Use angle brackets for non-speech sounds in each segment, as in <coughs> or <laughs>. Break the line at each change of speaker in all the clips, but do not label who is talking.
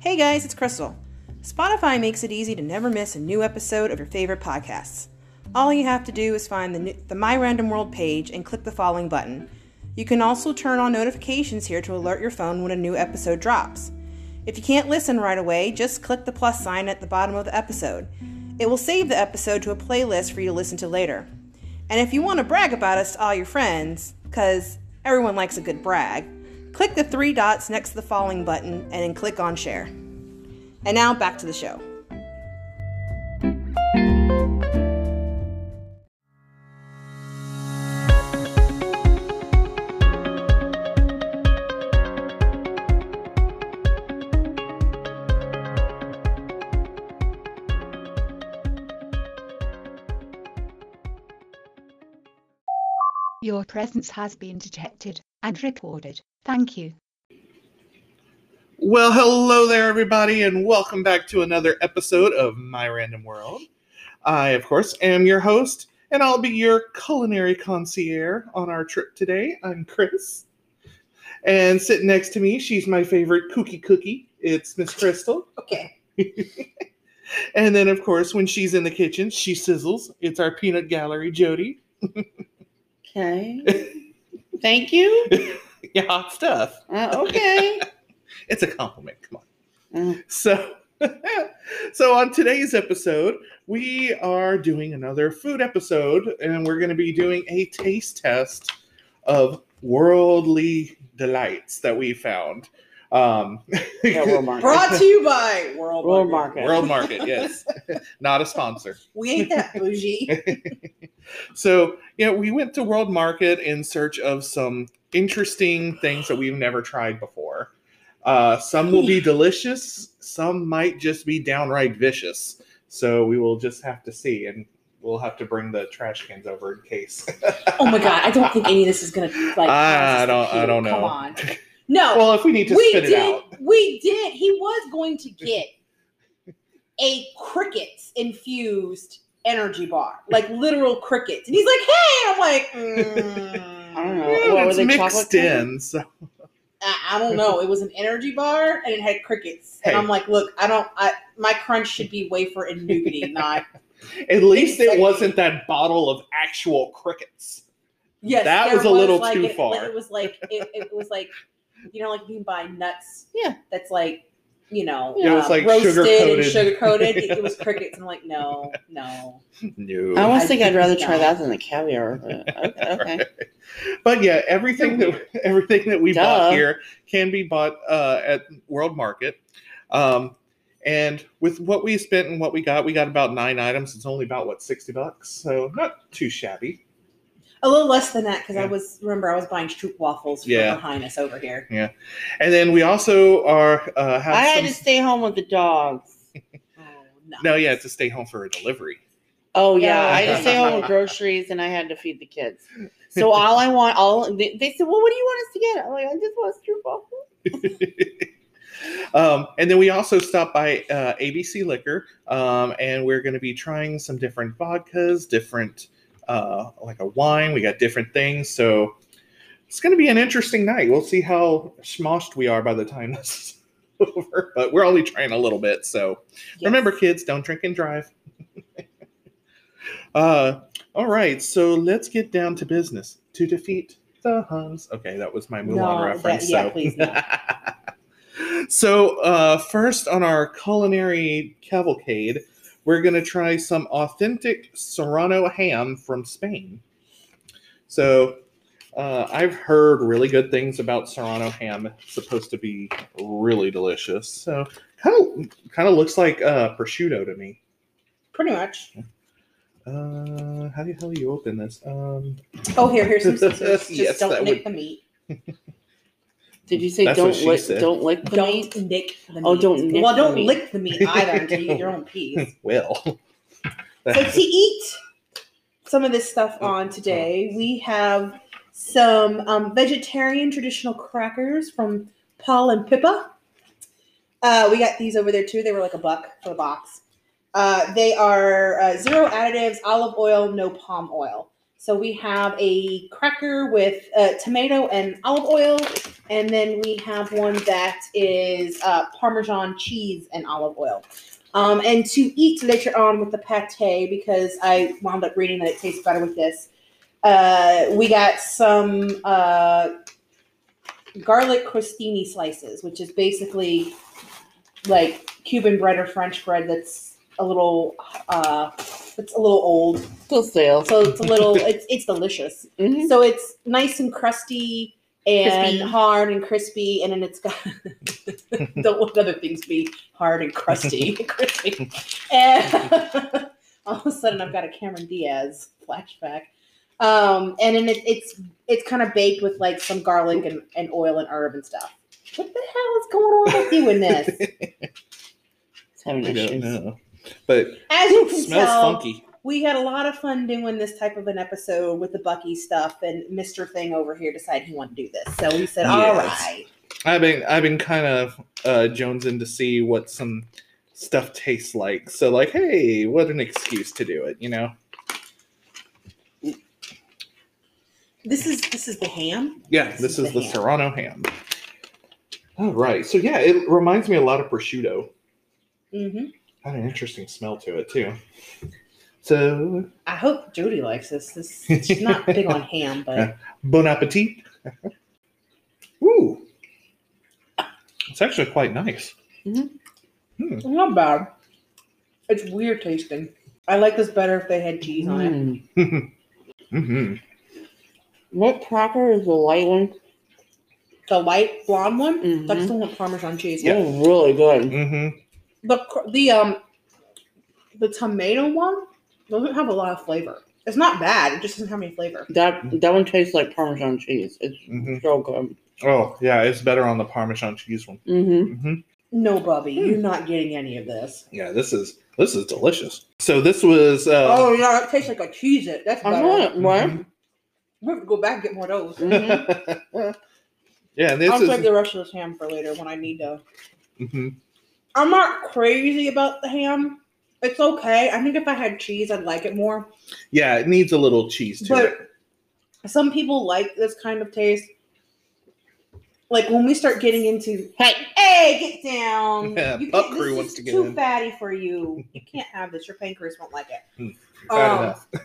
Hey guys, it's Crystal. Spotify makes it easy to never miss a new episode of your favorite podcasts. All you have to do is find the, new, the My Random World page and click the following button. You can also turn on notifications here to alert your phone when a new episode drops. If you can't listen right away, just click the plus sign at the bottom of the episode. It will save the episode to a playlist for you to listen to later. And if you want to brag about us to all your friends, because everyone likes a good brag, click the three dots next to the following button and then click on share. And now back to the show.
Your presence has been detected and recorded. Thank you.
Well, hello there, everybody, and welcome back to another episode of My Random World. I, of course, am your host, and I'll be your culinary concierge on our trip today. I'm Chris. And sitting next to me, she's my favorite kooky cookie. It's Miss Crystal.
Okay.
<laughs> And then, of course, when she's in the kitchen, she sizzles. It's our peanut gallery, Jody. <laughs>
<laughs> Okay. Thank you.
Yeah, hot stuff.
Uh,
<laughs>
okay.
It's a compliment. Come on.
Uh,
So, <laughs> so on today's episode, we are doing another food episode, and we're going to be doing a taste test of worldly delights that we found. Um, <laughs>
yeah, World Market.
Brought to you by World.
World Market.
World Market, yes, not a sponsor.
We ain't that bougie.
<laughs> So, yeah, we went to World Market in search of some interesting things that we've never tried before. Uh, some will be delicious, some might just be downright vicious. So, we will just have to see, and we'll have to bring the trash cans over in case.
Oh my god, I don't think any of this is gonna
<laughs>
like.
I- I
cause us
don't-
to
I
puke.
don't
Come
know. <laughs>
on, no,
well, if we need to
Oh, we
spit
did.
it out,
We did. He was going to get a crickets infused energy bar, like literal crickets, and he's like, "Hey," I'm like,
I don't
mm,
know.
Yeah,
What were
it's
they, chocolate
mixed
covered?
in. So,
I, I don't know. It was an energy bar, and it had crickets, and
Hey.
I'm like, "Look, I don't. I my crunch should be wafer and nougaty, not
at least it
Exactly.
wasn't that bottle of actual crickets.
yes."
That
there
was a little
like,
too
it,
far.
It was like it, it was
<laughs>
like you know, like you can buy nuts.
Yeah.
That's like, you know, um,
It was, like,
roasted
sugar-coated.
and sugar coated. It,
<laughs>
it was crickets. I'm like, no, no.
No,
I almost
I
think I'd
think
rather try
not.
that than the caviar. but <laughs> Okay. okay.
But yeah, everything
<laughs>
that <laughs> everything that we bought
Duh.
here can be bought uh, at World Market. Um, and with what we spent and what we got, we got about nine items. It's only about what sixty bucks, so not too shabby.
A little less than that because
Yeah.
I was remember I was buying stroop waffles for
Yeah.
Her Highness over here.
And then we also are uh, have
I had
some-
to stay home with the dogs.
Oh, no.
no, yeah, to stay home for a delivery.
Oh yeah,
Yeah.
I had to stay home <laughs> with groceries and I had to feed the kids. So all I want, all they, they said, well, what do you want us to get? I'm like, I just want stroop waffles.
Um, and then we also stopped by uh, ABC Liquor, um, and we're going to be trying some different vodkas, different uh, like a wine. We got different things, so it's going to be an interesting night. We'll see how smoshed we are by the time <laughs> this is over. But we're only trying a little bit, so
Yes.
remember, kids, don't drink and drive. <laughs> uh, all right, so let's get down to business. To defeat the Huns. Okay, that was my Mulan
No, that-
reference.
yeah,
so.
please,
<laughs> So, uh, first on our culinary cavalcade, we're going to try some authentic Serrano ham from Spain. So, uh, I've heard really good things about Serrano ham. It's supposed to be really delicious. So, kind of kind of looks like uh, prosciutto to me.
Pretty much.
Uh, how the hell do you open this? Um,
Oh, here, here's
<laughs>
some scissors. Just
Yes, that
don't
would-
nick the meat.
Did you say
That's what
don't
she
lick?
said.
Don't lick the
Don't
meat?
nick the meat.
Oh, don't nick
well,
the
don't
meat.
lick the meat either
<laughs>
until you eat your own peas.
well, <laughs>
So to eat some of this stuff on today, we have some um, vegetarian traditional crackers from Paul and Pippa. Uh, we got these over there too. They were like a buck for the box. Uh, they are uh, zero additives, olive oil, no palm oil. So we have a cracker with uh, tomato and olive oil, and then we have one that is uh, Parmesan cheese and olive oil. Um, and to eat later on with the pate because I wound up reading that it tastes better with this. Uh, we got some uh, garlic crostini slices, which is basically like Cuban bread or French bread that's a little uh, it's a little old.
Still <laughs> sales.
So it's a little it's it's delicious.
Mm-hmm.
Mhm.
So it's nice and crusty and
Crispy.
hard and crispy, and then
<laughs>
it's got <laughs> don't let other things be hard
<laughs>
and crusty and crispy. And <laughs> all of a sudden, I've got a Cameron Diaz flashback. Um, and then it, it's it's kind of baked with like some garlic and, and oil and herb and stuff. What the hell is going on with you
<laughs>
in this?
It's having
I don't
issues.
know. But
As you can
smells
tell,
funky.
we had a lot of fun doing this type of an episode with the Bucky stuff, and Mister Thing over here decided he wanted to do this. So we said, "All
Yes.
right,
I've been I've been kind of uh jonesing to see what some stuff tastes like. So like, hey, what an excuse to do it, you know?
this is this is the ham."
Yeah, this is the Serrano ham. All right. So yeah, it reminds me a lot of prosciutto.
hmm
Had an interesting smell to it too. So
I hope Jody likes this. This she's not big
<laughs>
on ham, but
bon appetit. <laughs> Ooh, it's actually quite nice. <laughs>
not bad. It's weird tasting. I like this better if they had cheese on it.
Mm.
hmm
What cracker is the light one?
The light blonde one,
Mhm.
that's the one with Parmesan cheese.
Yeah.
That's really good.
hmm
The cr- the um the tomato one doesn't have a lot of flavor. It's not bad. It just doesn't have any flavor.
Mm-hmm.
That that one tastes like Parmesan cheese. It's
hmm
so good.
Oh yeah, it's better on the Parmesan cheese one.
Mm-hmm.
hmm
No, Bubby, you're not getting any of this.
Yeah, this is this is delicious. So this was uh,
oh yeah, it tastes like a cheese it. That's
I
better.
know it. What?
Mhm.
We have to go back and get more of those.
<laughs> Mhm.
yeah, this
I'll
is
save the rest of this ham for later when I need to.
mhm.
I'm not crazy about the ham. It's okay. I think if I had cheese, I'd like it more.
yeah, it needs a little cheese to
But
it.
some people like this kind of taste. Like when we start getting into,
Hey,
hey, get
<laughs>
down.
Yeah,
You
Buck
can't-
Crew
this
wants
is
to get
too
in.
fatty
<laughs>
for you. You can't have this. Your pancreas won't like it.
Hmm. Bad
Um,
enough. <laughs>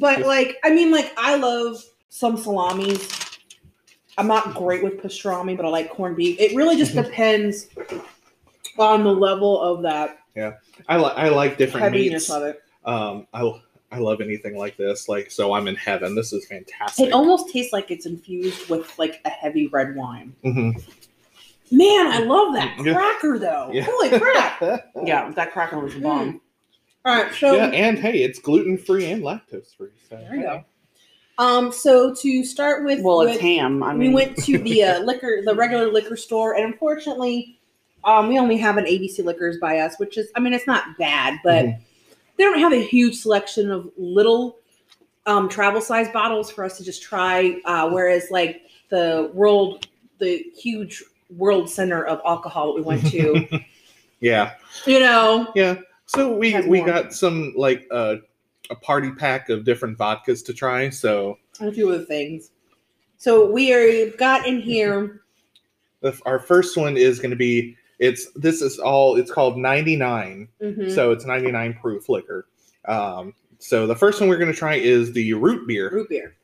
But like, I mean, like I love some salamis. I'm not great with pastrami, but I like corned beef. It
<laughs>
really just depends on the level of that
I like I like different
heaviness
meats.
of it.
Um, I I love anything like this. Like so, I'm in heaven. This is fantastic.
It almost tastes like it's infused with like a heavy red wine.
Mhm.
Man, I love that
Yeah.
cracker though.
Yeah.
Holy
<laughs>
crap!
<laughs>
Hmm.
yeah, that cracker was a bomb.
All right, so
yeah, and hey, it's gluten free and lactose free. So
there you go. Um, so to start with,
Well,
with-
it's ham. I mean,
we went to
<laughs>
the uh, liquor, the regular liquor store, and unfortunately, um, we only have an ABC Liquors by us, which is, I mean, it's not bad, but
Mm-hmm.
Mhm.
they don't have a huge selection of little um, travel size bottles for us to just try. Uh, whereas, like the world, the huge world center of alcohol that we went
<laughs>
to,
Yeah,
you know,
yeah. So we
Has
we
more.
got some like uh, a party pack of different vodkas to try. So
and a few other things. So we are got in here.
the, our first one is going to be it's this is all it's called 99.
mhm,
So it's 99 proof liquor. Um, so the first one we're going to try is the root beer.
root beer.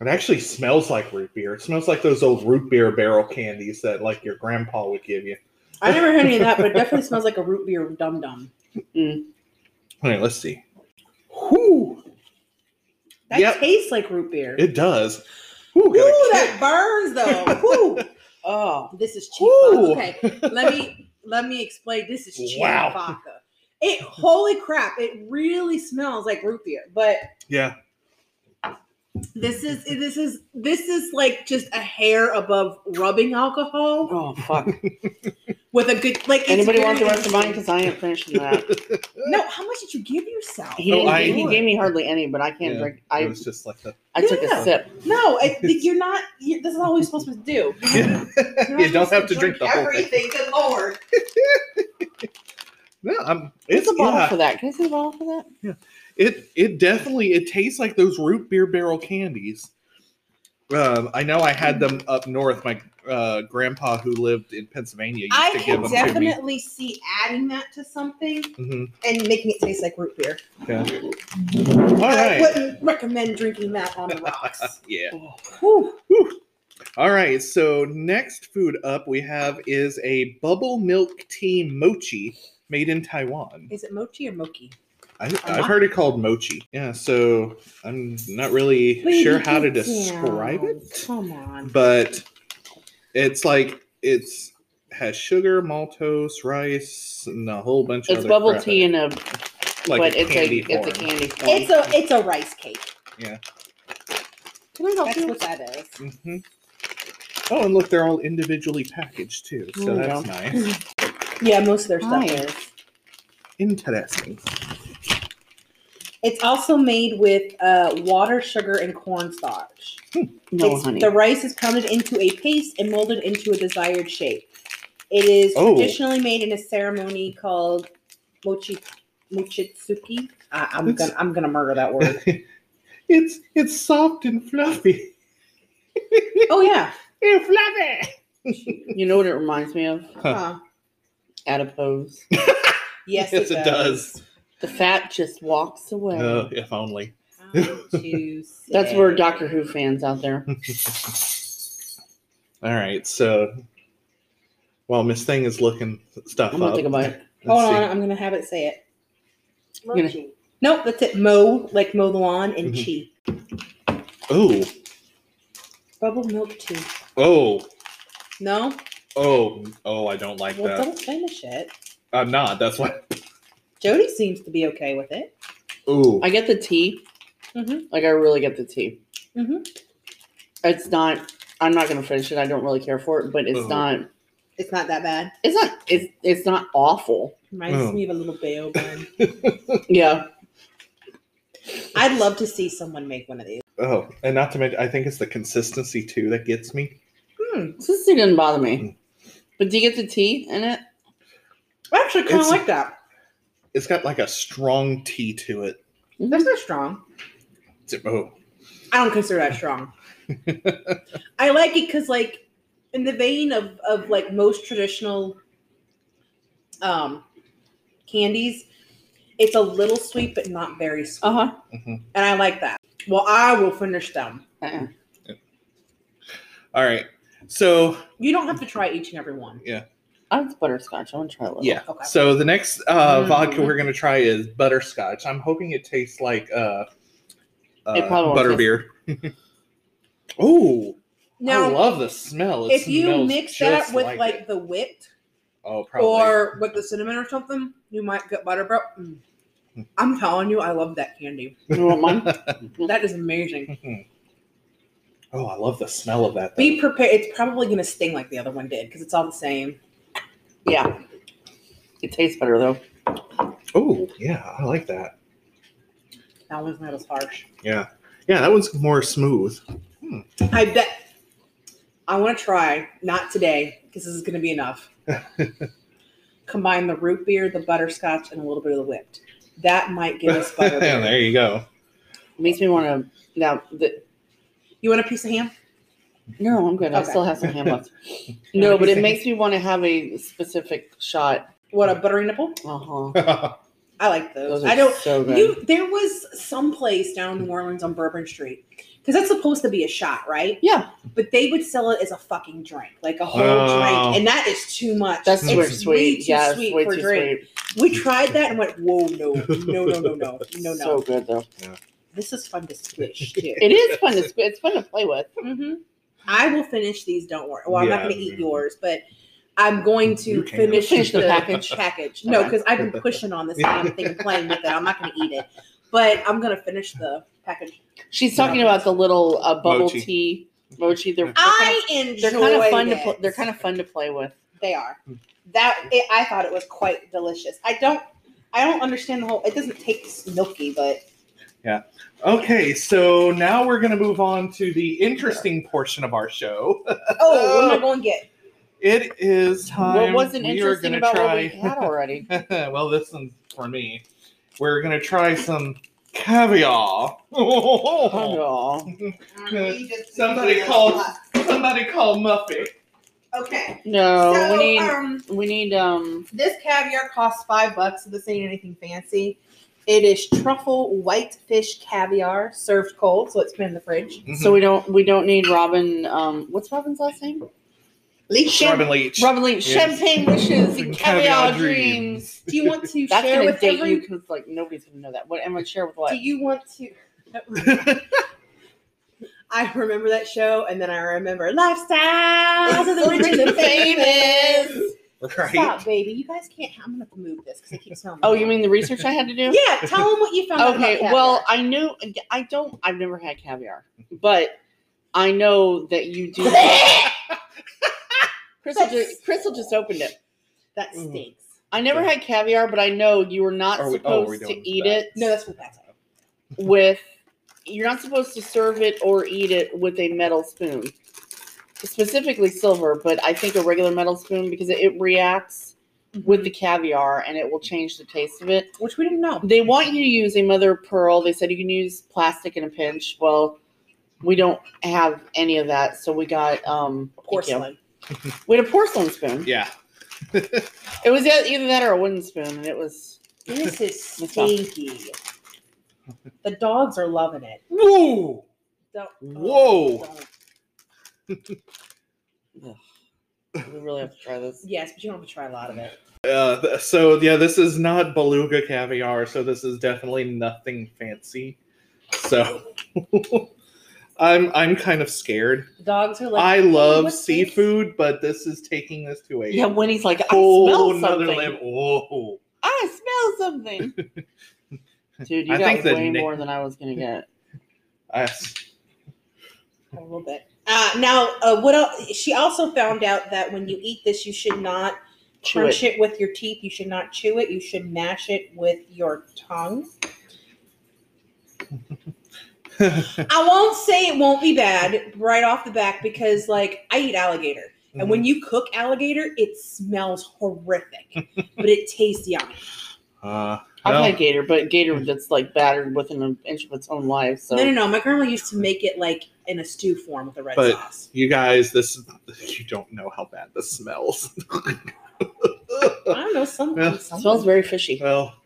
It actually smells like root beer. It smells like those old root beer barrel candies that like your grandpa would give you.
I never heard any of that, but it definitely smells like a root beer dum dum.
All right, let's see. Whew,
That
Yep.
tastes like root beer.
it does. Whew, got a
Ooh,
kick.
that burns though. Ooh,
<laughs>
Oh,
this is cheap.
Ooh.
vodka. Okay, let me let me explain. This is cheap
Wow.
vodka. It holy crap! It really smells like root beer, but
Yeah.
this is this is this is like just a hair above rubbing alcohol <laughs>
oh, fuck.
with a good like. it's
Anybody want the
very Oh,
rest of mine?
interesting.
Because I ain't finishing
<laughs>
that.
No, how much did you give yourself?
He,
Oh,
didn't,
I-
he gave me hardly any, but I can't
Yeah,
drink.
it
I
was just like a,
I took
Yeah.
a sip.
No, it, you're not. You, this is all we're supposed
<laughs>
to do. <gasps> You're not
You don't
supposed
have to drink the whole thing.
everything. Good lord.
no, I'm,
It's
it's
a bottle
yeah,
for that. Can I see a bottle for that?
It it definitely it tastes like those root beer barrel candies. Um, I know I had them up north. My uh, grandpa, who lived in Pennsylvania, used
I
to Mm-hmm. give
can
them to
definitely see adding that to something
me.
and making it taste like root beer.
Mhm. All
I
right,
wouldn't recommend drinking that on the
<laughs>
rocks.
yeah.
Whew.
All right, so next food up we have is a bubble milk tea mochi made in Taiwan.
Is it mochi or mochi?
I, I've heard it called mochi. Yeah, so I'm not really
Baby,
sure how to
get down.
describe it,
Come on.
but it's like it's has sugar, maltose, rice, and a whole bunch of
It's
other
bubble
crap.
tea in a,
like
but
a
it's a
candy
it's a
form.
candy form.
It's a it's a rice cake.
Can I help
That's
you?
what that is.
Mhm. Oh, and look, they're all individually packaged too, so
There we
that's
go.
nice.
Yeah, most of their stuff
Nice.
is.
Interesting.
It's also made with uh, water, sugar, and cornstarch.
no,
It's-
honey.
The rice is pounded into a paste and molded into a desired shape. It is
Oh.
traditionally made in a ceremony called mochi mochitsuki. I, I'm
It's-
gonna I'm gonna murder
<laughs>
that word.
<laughs> it's it's soft and fluffy.
oh yeah,
It's fluffy.
you know what it reminds me of?
huh.
<laughs>
Adipose.
yes,
Yes, it does.
The fat just walks away.
Uh, if only.
<laughs>
does.
That's where Doctor Who fans out there.
All right, so while Miss Thing is looking stuff
I'm gonna
up,
take a bite.
Hold
let's
on,
see.
I'm gonna have it say it.
I'm gonna- Mm-hmm.
Mochi.
Nope, that's it. Mo like mow the lawn and chi
Oh,
bubble milk tea.
oh,
No,
oh, oh! I don't like
well
that.
don't finish it.
I'm not. That's why.
Jody seems to be okay with it.
Oh,
I get the tea.
Mhm.
Like I really get the tea.
Mhm.
It's not. I'm not gonna finish it. I don't really care for it, but it's
Oh.
not.
It's not that bad.
It's not. It's it's not awful.
Reminds
Oh.
me of a little baobab. bun.
Yeah.
<laughs> I'd love to see someone make one of these.
oh, and not to mention, I think it's the consistency too that gets me.
This tea didn't bother me. But do you get the tea in it?
I actually kind of
It's-
like that.
It's got like a strong tea to it.
That's not strong.
It's- oh,
I don't consider
<laughs>
that strong. I like it because, like, in the vein of of like most traditional um candies, it's a little sweet but not very sweet,
Uh-huh.
mhm.
and I like that. Well, I will finish them.
Uh-uh.
all right. So
You don't have to try each and every one.
I like the butterscotch. I want to try a little.
Yeah.
Okay. Mm-hmm.
So the next uh,
Mm.
vodka we're gonna try is butterscotch. I'm hoping it tastes like uh, uh,
It probably won't
butterbeer. <laughs> oh, I
Now,
love the smell. It
if you
smells
mix that
just
with
like,
like,
it.
the whipped
oh, probably.
or with the cinnamon or something, you might get butter bro. Mm. I'm telling you, I love that candy.
You want mine?
Mm.
That is amazing.
<laughs> oh, I love the smell of that.
Be prepared. It's probably going to sting like the other one did because it's all the same.
yeah. It tastes better though.
Oh, yeah, I like that.
That one's not as harsh.
Yeah, yeah, that one's more smooth.
I bet. I want to try, not today, because this is going to
<laughs>
be enough. Combine the root beer, the butterscotch, and a little bit of the whipped. That might give us
<laughs>
butter.
there you go.
makes me want to. Now, the,
You want a piece of ham?
no, I'm good. I
Okay.
still have some ham left. No, but it
Anything?
makes me want to have a specific shot.
What a buttery nipple?
Uh huh.
I like those.
Those are
I don't.
so good.
You there was some place down in New Orleans on Bourbon Street because that's supposed to be a shot, right?
yeah,
But they would sell it as a fucking drink, like a whole
Oh.
drink, and that is too much.
that's
It's
super
way
sweet.
too
Yeah, it's
sweet
way
for
too
drink.
sweet.
We tried that and went,
<laughs>
whoa, no, no, no, no, no, no, no.
So good though.
this is fun to
<laughs>
switch too.
It is fun to sp- it's fun to play with.
hmm I will finish these. Don't worry. Well, I'm not
Yeah.
going to eat yours, but. I'm going
You
to
can.
finish,
Finish the
the,
package.
package. Package, no, because I've been pushing on this damn thing, and playing with it. I'm not going to eat it, but I'm going to finish the package.
She's talking about the little uh, bubble
Mochi.
tea mochi. They're, they're kind
I
of-
enjoy.
they're kind of fun to
it.
pl- they're kind of fun to play with.
They are. That it, I thought it was quite delicious. I don't. I don't understand the whole. It doesn't taste milky, but
<laughs> okay, so now we're gonna move on to the interesting portion of our show.
oh, what am I going to <laughs> get?
It is time.
What wasn't
Um, we are
interesting
gonna
about what we
try. <laughs>
had already?
well, this one's for me. We're gonna try some
<laughs>
Caviar.
Oh,
Somebody called- Somebody call Muffy.
Okay.
no,
so,
we need
um,
we need um
this caviar costs five bucks. So this ain't anything fancy. It is truffle whitefish caviar served cold, so it's been in the fridge.
Mm-hmm.
so we don't we don't need Robin um what's Robin's last name?
Leech.
Robin Leach.
Robin Lee.
Yes.
Champagne wishes
And
and caviar,
caviar
dreams.
Do you want <laughs> to
That's
share
gonna
with
date
every?
you because like nobody's gonna know that. What am I share with what?
Do you want <laughs> to? I remember that show, and then I remember Lifestyles of the Rich and <laughs> the Famous.
right.
Stop, baby. You guys can't. I'm gonna move this because I keep smelling.
oh, you mean the research I had to do?
Yeah, tell them what you found. out
Okay,
about caviar.
well, I knew I don't. I've never had caviar, but I know that you
<laughs>
do. Crystal, just, Crystal just opened it.
that stinks.
I never had caviar, but I know you were not
Are we- oh, are
supposed
we
to
doing
eat
that?
it
No, that's what that's.
with. You're not supposed to serve it or eat it with a metal spoon, specifically silver, but I think a regular metal spoon because it, it reacts
Mm-hmm.
with the caviar and it will change the taste of it.
Which we didn't know.
they want you to use a mother of pearl. They said you can use plastic in a pinch. Well, we don't have any of that, so we got um thank you.
Porcelain.
We had a porcelain spoon.
Yeah.
It was e- either that or a wooden spoon, and it was
This is stinky. The dogs are loving it.
Whoa.
Don't, oh,
Whoa.
don't.
we really have to
<laughs>
try this.
Yes, but you don't have to try a lot of it.
Uh, th- so yeah, this is not beluga caviar, so this is definitely nothing fancy. So <laughs> I'm I'm kind of scared.
The dogs are like.
I
"Hey,
love
what's this?"
seafood, but this is taking this to a
Yeah, Winnie's like, I
whole
smell
another
something.
level. Whoa.
I
<laughs>
smell something. Dude, you
I
got
think the
way
na-
more than I was gonna get.
I,
<laughs>
A little bit. Uh, now, uh, what else? She also found out that when you eat this, you should not
Chew
crunch
it.
it with your teeth. You should not chew it. You should mash it with your
<laughs>
tongue. I won't say it won't be bad right off the back because, like, I eat alligator. And
Mm-hmm.
when you cook alligator, it smells
<laughs>
horrific, but it tastes yummy.
uh,
I've
<laughs> no. Mm.
had gator, but gator that's like battered within an inch of its own life. So
No, no, no. My grandma used to make it like in a stew form with a red
But-
sauce.
you guys, this <laughs> you don't know how bad this
<laughs>
smells.
I don't know. Some,
Yeah.
some-
it smells very fishy.
well,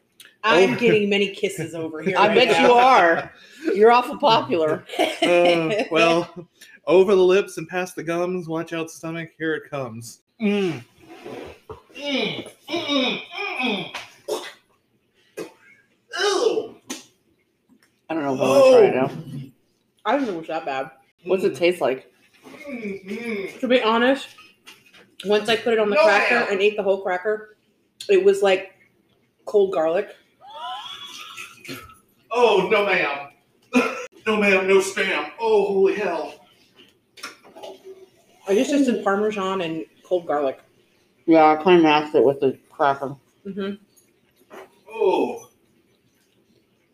I'm
Oh.
getting many kisses over here.
I
right
bet
<laughs>
now.
you are. You're awful popular.
uh, well, over the lips and past the gums. Watch out, stomach. Here it comes. Mm. Mm. Mm-mm. Mm-mm. Ew.
I don't know if I want to try it
Oh.
out.
I don't know if it's that bad.
What's it taste like?
Mm-mm.
To be honest, once I put it on the
No,
cracker
ma'am.
and ate the whole cracker, it was like cold garlic.
Oh no, ma'am. <laughs> no, ma'am. No spam. Oh, holy hell.
I just used some parmesan and cold garlic.
Yeah, I kind of matched it with the cracker.
hmm
Mm-hmm. Oh.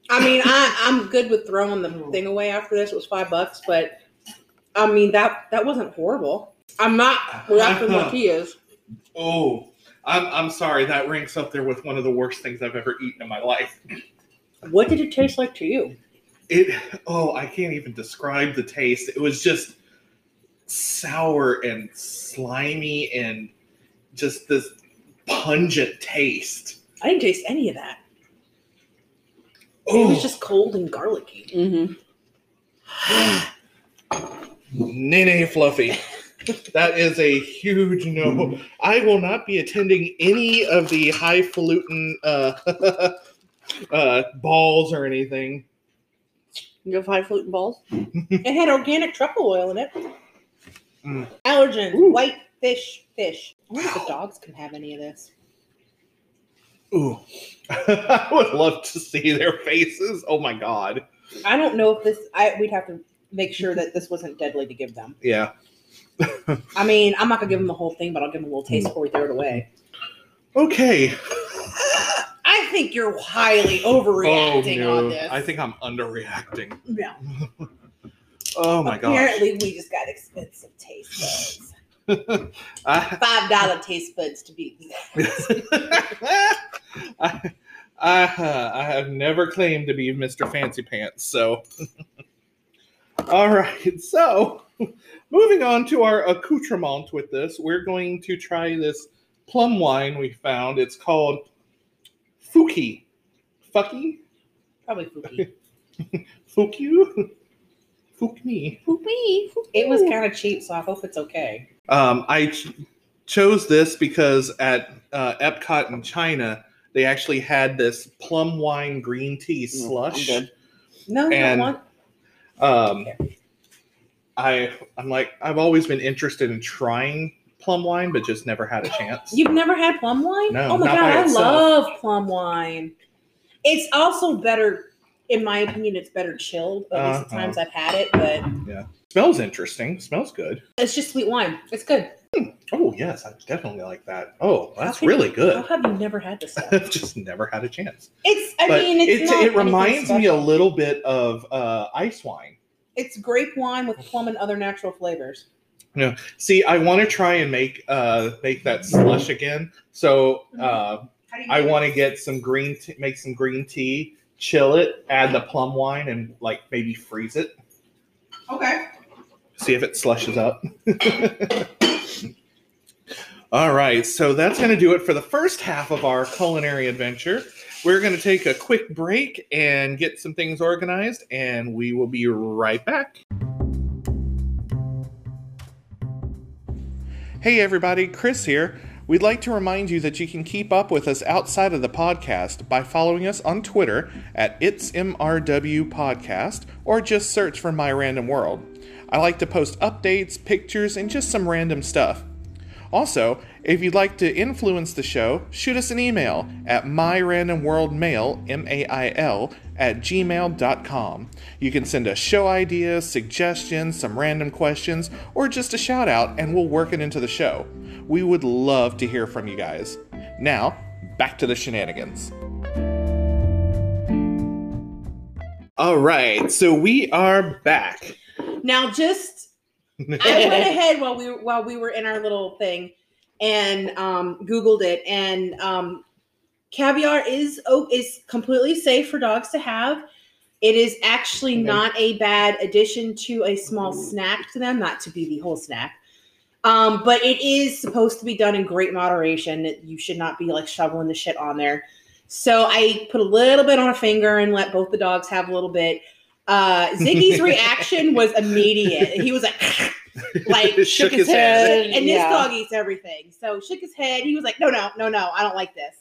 I mean, I, I'm good with throwing the
Mm.
thing away after this. It was five bucks, but I mean that that wasn't horrible. I'm not well, after
Uh-huh.
tortillas.
Oh. I'm, I'm sorry, that ranks up there with one of the worst things I've ever eaten in my life.
What did it taste like to you?
it oh i can't even describe the taste it was just sour and slimy and just this pungent taste
I didn't taste any of that. It
oh
was just cold
<laughs>
and garlicky.
Mm-hmm.
nene
<laughs>
fluffy that is a huge no i will not be attending any of the highfalutin uh, <laughs> uh balls or anything
You have high fluting balls?
It had organic truffle oil in it.
Mm.
Allergens,
Ooh.
white fish, fish. I wonder if the dogs can have any of this.
ooh <laughs> i would love to see their faces oh my god
I don't know if this. I we'd have to make sure that this wasn't deadly to give them.
yeah
I mean, I'm not gonna give them the whole thing, but I'll give them a little
Mm.
taste before we throw it away.
okay
I think you're highly overreacting on this.
Oh, I think I'm underreacting.
no.
Oh my gosh.
Apparently, we just got expensive taste buds.
I, <laughs>
Five dollar taste buds to be.
I, I, uh, I have never claimed to be Mr. Fancy Pants, so. <laughs> All right, so moving on to our accoutrement with this, we're going to try this plum wine we found. It's called Fuki. Fucky?
Probably
<laughs>
Fuki.
Fuku? Fuck me.
Poopy.
It was kind of cheap, so I hope it's okay.
Um, I ch- chose this because at uh, Epcot in China, they actually had this plum wine green tea
Mm, I'm
slush.
good.
No, you don't
And-
want.
Um, I I'm like I've always been interested in trying plum wine, but just never had a chance.
You've never had plum wine?
No,
oh my
not
god,
by
I
itself.
love plum wine. It's also better, in my opinion, it's better chilled. At least the
Uh-huh.
times I've had it, but
Smells interesting. Smells good.
it's just sweet wine. It's good.
Oh yes, I definitely like that. Oh,
How
that's
can-
really
How
good.
have you never had this stuff?
I've <laughs> just never had a chance.
<laughs> It's. I
but
mean,
it
it's not
it
anything
reminds me a
special.
little bit of uh, ice wine.
It's grape wine with plum and other natural flavors.
See, I want to try and make uh, make that slush again. So uh,
Mm-hmm. How do you
I want to get some green, t- make some green tea, chill it, add the plum wine, and like maybe freeze it.
Okay.
See if it slushes up. <laughs> All right, so that's going to do it for the first half of our culinary adventure. We're going to take a quick break and get some things organized, and we will be right back. Hey everybody, Chris here. We'd like to remind you that you can keep up with us outside of the podcast by following us on Twitter at It's MRW Podcast or just search for My Random World. I like to post updates, pictures, and just some random stuff. Also, if you'd like to influence the show, shoot us an email at myrandomworldmail, M-A-I-L, at gmail.com. You can send us show ideas, suggestions, some random questions, or just a shout out, and we'll work it into the show. We would love to hear from you guys. Now, back to the shenanigans. All right, so we are back. <laughs>
Now, just I went ahead while we while we were in our little thing and um, Googled it, and um, caviar is oh, is completely safe for dogs to have. It is actually
Okay.
not a bad addition to a small snack to them, not to be the whole snack. Um, but it is supposed to be done in great moderation. It- You should not be like shoveling the shit on there. So I put a little bit on a finger and let both the dogs have a little bit. Uh, Ziggy's <laughs> reaction was immediate. He was like, <laughs> like
Shook
shook his,
his
head.
head.
And
Yeah.
this dog eats everything. So shook his head. He was like, no, no, no, no, I don't like this.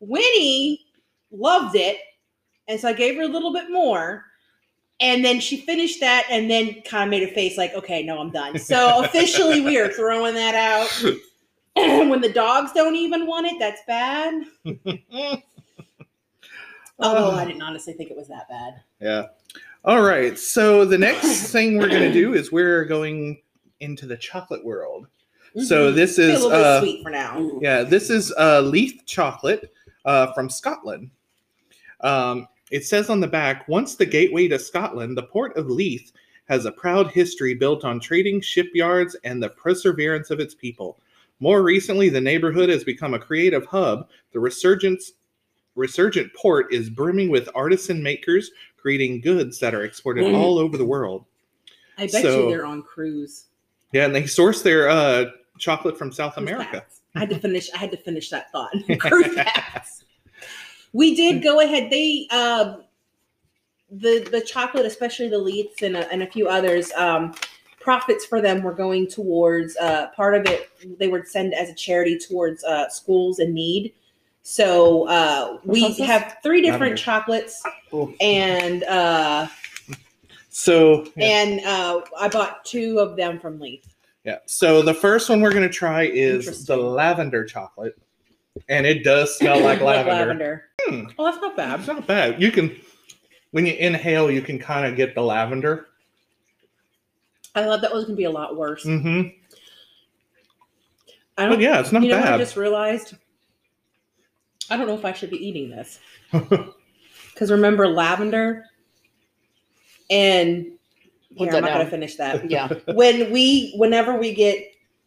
Winnie loved it. And so I gave her a little bit more. And then she finished that and then kind of made a face like, okay, no, I'm
<laughs>
done. So officially we are throwing that out. <clears throat> when the dogs don't even want it, that's bad. Although
Ah.
I didn't honestly think it was that bad.
Yeah. All right. So the
<coughs>
next thing we're going to do is we're going into the chocolate world. So
Mhm.
this
Be a
is
little bit
uh,
sweet for now.
yeah, this is uh, leaf chocolate uh, from Scotland. Um, it says on the back, once the gateway to Scotland, the port of Leith has a proud history built on trading shipyards and the perseverance of its people. More recently, the neighborhood has become a creative hub. The resurgence resurgent port is brimming with artisan makers creating goods that are exported
Mm.
all over the world.
I bet
so-
you they're on cruise.
Yeah, and they source their uh, chocolate from South
Cruise
America.
paths. I had to finish. I had to finish that thought. <laughs> Cruise paths. We did go ahead. They um, the the chocolate, especially the Leiths and a, and a few others. Um, profits for them were going towards uh, part of it. They would send as a charity towards uh, schools in need. So uh, we
Process?
have three
Not
different
here. Oh.
chocolates
Cool.
and. Uh,
So yeah.
and uh, I bought two of them from Leith.
Yeah. So the first one we're gonna try is the
Interesting.
lavender chocolate, and it does smell
<laughs>
like lavender. Hmm.
Oh, that's not bad.
It's not bad. You can, when you inhale, you can kind of get the lavender.
I thought that was gonna be a lot worse.
Mm-hmm.
I
But
don't.
yeah, it's not
you know what I
bad.
just realized? I don't know if I should be
<laughs>
eating this because remember lavender and
Put
here,
that
I'm not gonna
<laughs>
down.
finish that.
yeah.
when we, whenever we get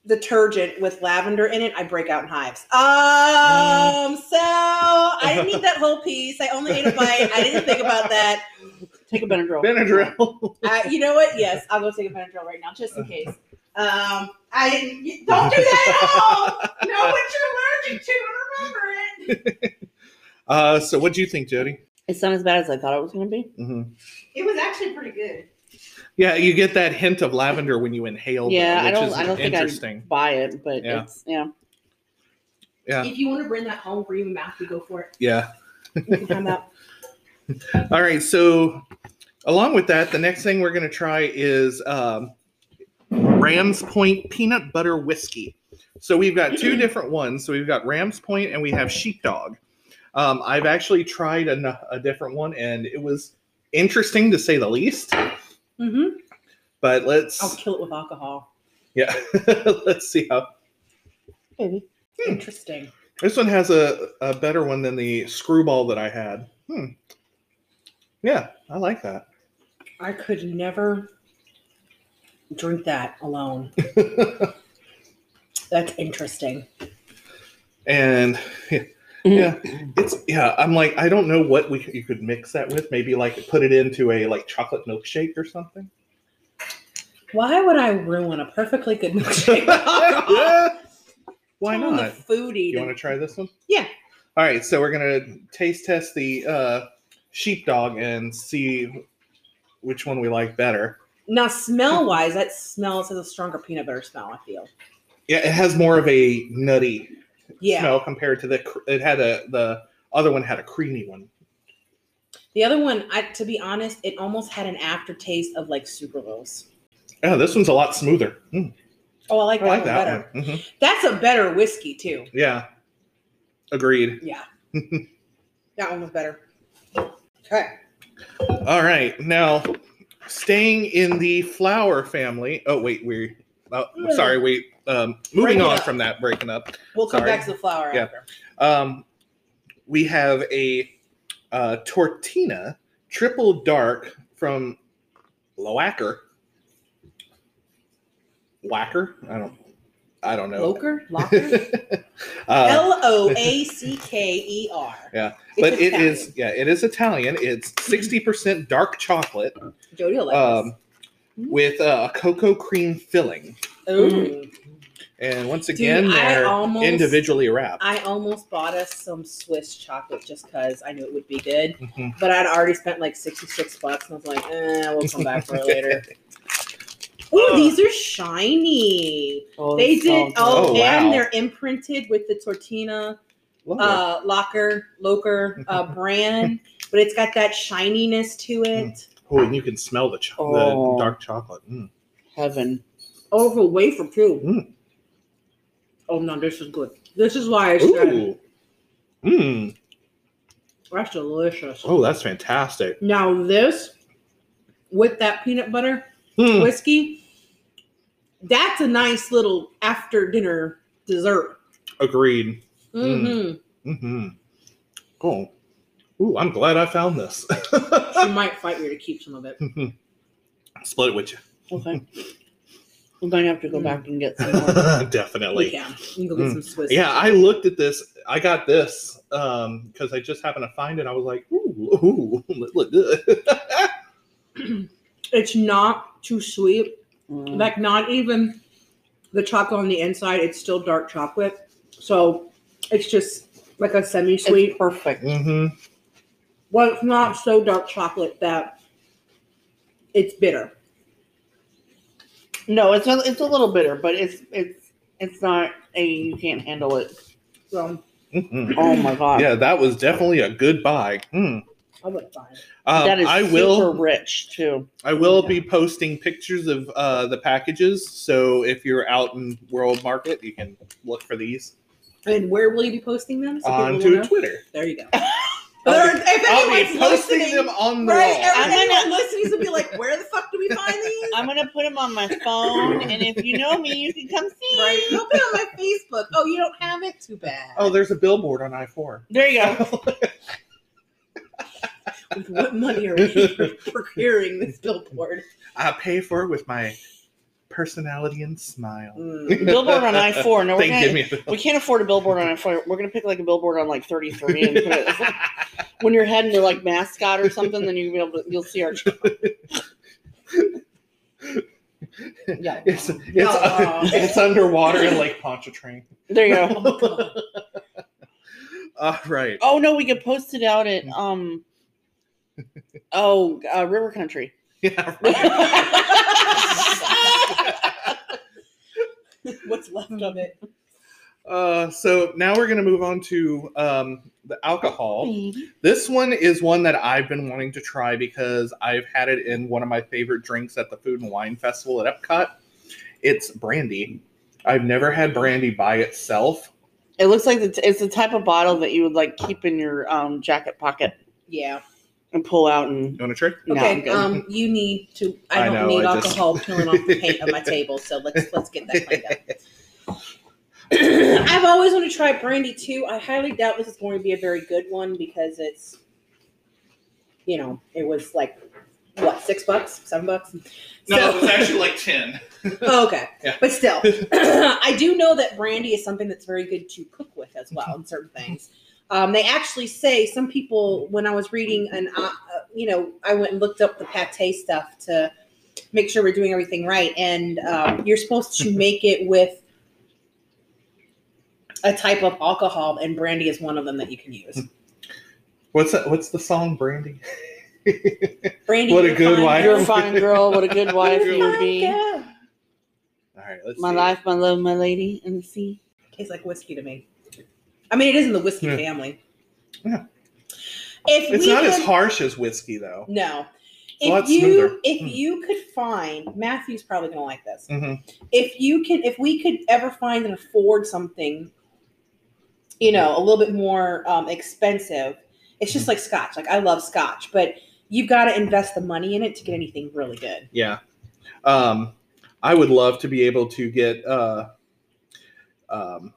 detergent with lavender in it, I break out in hives. Um,
Mm.
so I didn't eat that whole piece. I only ate a bite. I didn't think about that.
Take a Benadryl.
<laughs> Benadryl.
Uh, you know what? Yes, I'll go take a Benadryl right now, just in case. Um, I didn't- you- don't
<laughs>
do that at home. Know what you're allergic to and remember
<laughs>
it.
Uh, so, what do you think, Jody?
It's not as bad as I thought it was going to be.
hmm
It was actually pretty good.
Yeah, you get that hint of lavender when you inhale. though,
yeah,
Oh,
I
which
don't.
is
I don't think
interesting.
I'd buy it, but
Yeah.
it's yeah.
Yeah.
If you want to bring that home for your mouth, you go for it.
Yeah.
You can come out.
All right. So, along with that, the next thing we're going to try is um, Rams Point Peanut Butter Whiskey. So, we've got two different ones. So, we've got Rams Point and we have Sheepdog. Um, I've actually tried a, a different one and it was interesting to say the least.
Mm-hmm.
But let's,
I'll kill it with alcohol.
yeah, <laughs> let's see how.
Maybe.
Hmm. Interesting.
This one has a, a better one than the screwball that I had. Hmm. Yeah, I like that.
I could never drink that <laughs> alone. That's interesting.
and yeah,
Mm-hmm.
yeah, it's yeah. I'm like, I don't know what we could- you could mix that with. Maybe like put it into a like chocolate milkshake or
<laughs>
something.
Why would I ruin a perfectly good <laughs> milkshake? with alcohol?
Yeah. <laughs> Why
Tell 'em
not?
The foodie.
You
to-
want to try this one?
Yeah.
All right, so we're gonna taste test the uh, sheepdog and see which one we like better.
Now, smell wise, that smells has a stronger peanut butter smell. I feel.
Yeah, it has more of a nutty
Yeah.
smell compared to the. cr- It had a the other one had a creamy one.
The other one, I to be honest, it almost had an aftertaste of like sucralose.
Yeah, this one's a lot smoother. Mm,
Oh, I like
I
that,
like
one
that
better.
one. Mhm.
That's a better whiskey too.
Yeah, agreed.
Yeah. that one was better. Okay.
All right, now staying in the flower family. Oh wait, we. Oh, sorry, we. Um, moving
Hmm. Breaking
on
up.
from that, breaking up.
We'll come
Sorry.
back to the flour
Yeah.
after.
Um, we have a uh, tortina triple dark from Loacker. Whacker? I don't. I don't know.
Locker? Locker?
<laughs> uh,
L O A C K E R.
<laughs> Yeah,
It's
but it
Italian.
is. Yeah, it is Italian. It's sixty percent dark chocolate
Jody will like
um, with uh, a cocoa cream filling.
this. Mm. Ooh.
And once
Dude,
again,
I
they're
almost-
individually wrapped.
I almost bought us some Swiss chocolate just because I knew it would be good,
Mhm.
but I'd already spent like 66 bucks and I was like, eh, we'll come back for
<laughs>
it later. Ooh, these are shiny.
Oh,
They
it smells
did, oh,
Oh,
and
wow.
they're imprinted with the Tortina
Love it.
uh, Locker, Locker
<laughs>
uh, brand, but it's got that shininess to it.
oh, and you can smell the, cho-
Oh.
the dark chocolate. Mm.
heaven.
Oh, for wafer too.
Mm.
Oh, no, this is good. This is why I said
Ooh. Mm.
that's delicious.
Oh, that's fantastic.
Now this with that peanut butter
Mm.
whiskey, that's a nice little after dinner dessert.
Agreed.
Mm-hmm.
hmm Oh. Ooh, I'm glad I found this. <laughs> Ah.
She might fight you to keep some of it.
Split it with you.
Okay. I'm going to have to go back and get some <laughs> more.
<laughs> Definitely.
You can. You can go get
Mm.
some Swiss.
Yeah, I looked at this. I got this because I just happened to find it. I was like, ooh, <laughs> ooh, it looked good.
It's not too sweet.
Mm.
Like not even the chocolate on the inside. It's still dark chocolate. So it's just like a
It's
semi-sweet.
perfect.
hmm
Mm-hmm. Well, it's not so dark chocolate that it's bitter.
No, it's a, it's a little bitter, but it's it's it's not a you can't handle it.
So Mm-hmm.
hmm
Oh my god.
Yeah, that was definitely a good buy. Mm.
I wouldn't buy it.
Um,
that is
I
super
will.
rich too.
I will be posting pictures of uh, the packages. So if you're out in World Market, you can look for these
And where will you be posting them? So people will
onto
know?
Twitter. <laughs>
There you go.
I'll be,
if
I'll be
anyone's
posting
listening,
them on the
right?
wall.
Everyone
I'm gonna-
listening to be like, where the fuck do we
<laughs>
find these?
I'm gonna put them on my phone, and if you know me, you can come see.
Right? They'll be on my Facebook. Oh, you don't have it? Too bad.
Oh, there's a billboard on I four.
There you go.
With <laughs> what money are we procuring this billboard?
I pay for it with my personality and smile.
Hmm.
Mm, billboard on I
<laughs>
four. No, we're
They
gonna,
give me a-
we can't afford a billboard on I four. We're gonna pick like a billboard on like thirty three. And put it, <laughs> when you're heading to like mascot or something, then you'll be able to you'll see our. yeah,
<laughs> It's it's,
Aw.
it's underwater in Lake Pontchartrain.
there you
<laughs>
go.
All right. <laughs>
Oh no, we could post it out at um. Oh, uh, River Country. <laughs>
Yeah, right.
That's
What's left of it?
Uh, so now we're going to move on to um, the alcohol. This one is one that I've been wanting to try because I've had it in one of my favorite drinks at the Food and Wine Festival at Epcot. It's brandy. I've never had brandy by itself.
It looks like it's, it's the type of bottle that you would like keep in your um, jacket pocket
Yeah.
and pull out and.
You want to try?
No, I'm
Okay.
good.
um, you need to. I
I
don't
know,
need
I just-
alcohol peeling
<laughs>
off the paint of my table, so let's let's get that cleaned up. <clears throat> I've always wanted to try brandy too. I highly doubt this is going to be a very good one because it's, you know, it was like what six bucks, seven bucks. So-
actually like 10. <laughs>
Oh, okay.
Yeah.
But still, <clears throat> I do know that brandy is something that's very good to cook with as well in certain things. Um, they actually say some people, when I was reading an, uh, uh, you know, I went and looked up the pate stuff to make sure we're doing everything right. And um, you're
<laughs>
supposed to make it with a type of alcohol, and brandy is one of them that you
<laughs>
can use.
What's that, what's the song, Brandy?
Brandy.
What a
you're
good
fine. Oh
wife.
You're a fine girl. What a <laughs> good wife
You're
you would
fine,
be.
girl.
All right, let's
My
see.
life, my love, my lady, and the sea.
Tastes like whiskey to me. I mean, it is in the whiskey
Yeah.
family.
Yeah.
If
It's
we
not
could,
as harsh as whiskey, though.
No.
a lot
If you
smoother.
if
Hmm.
you could find Matthew's probably gonna like this.
hmm
If you can, if we could ever find and afford something, you know, a little bit more um, expensive, it's
Mm-hmm.
just like Scotch. Like I love Scotch, but you've got to invest the money in it to get anything really good.
Yeah. Um, I would love to be able to get uh, um,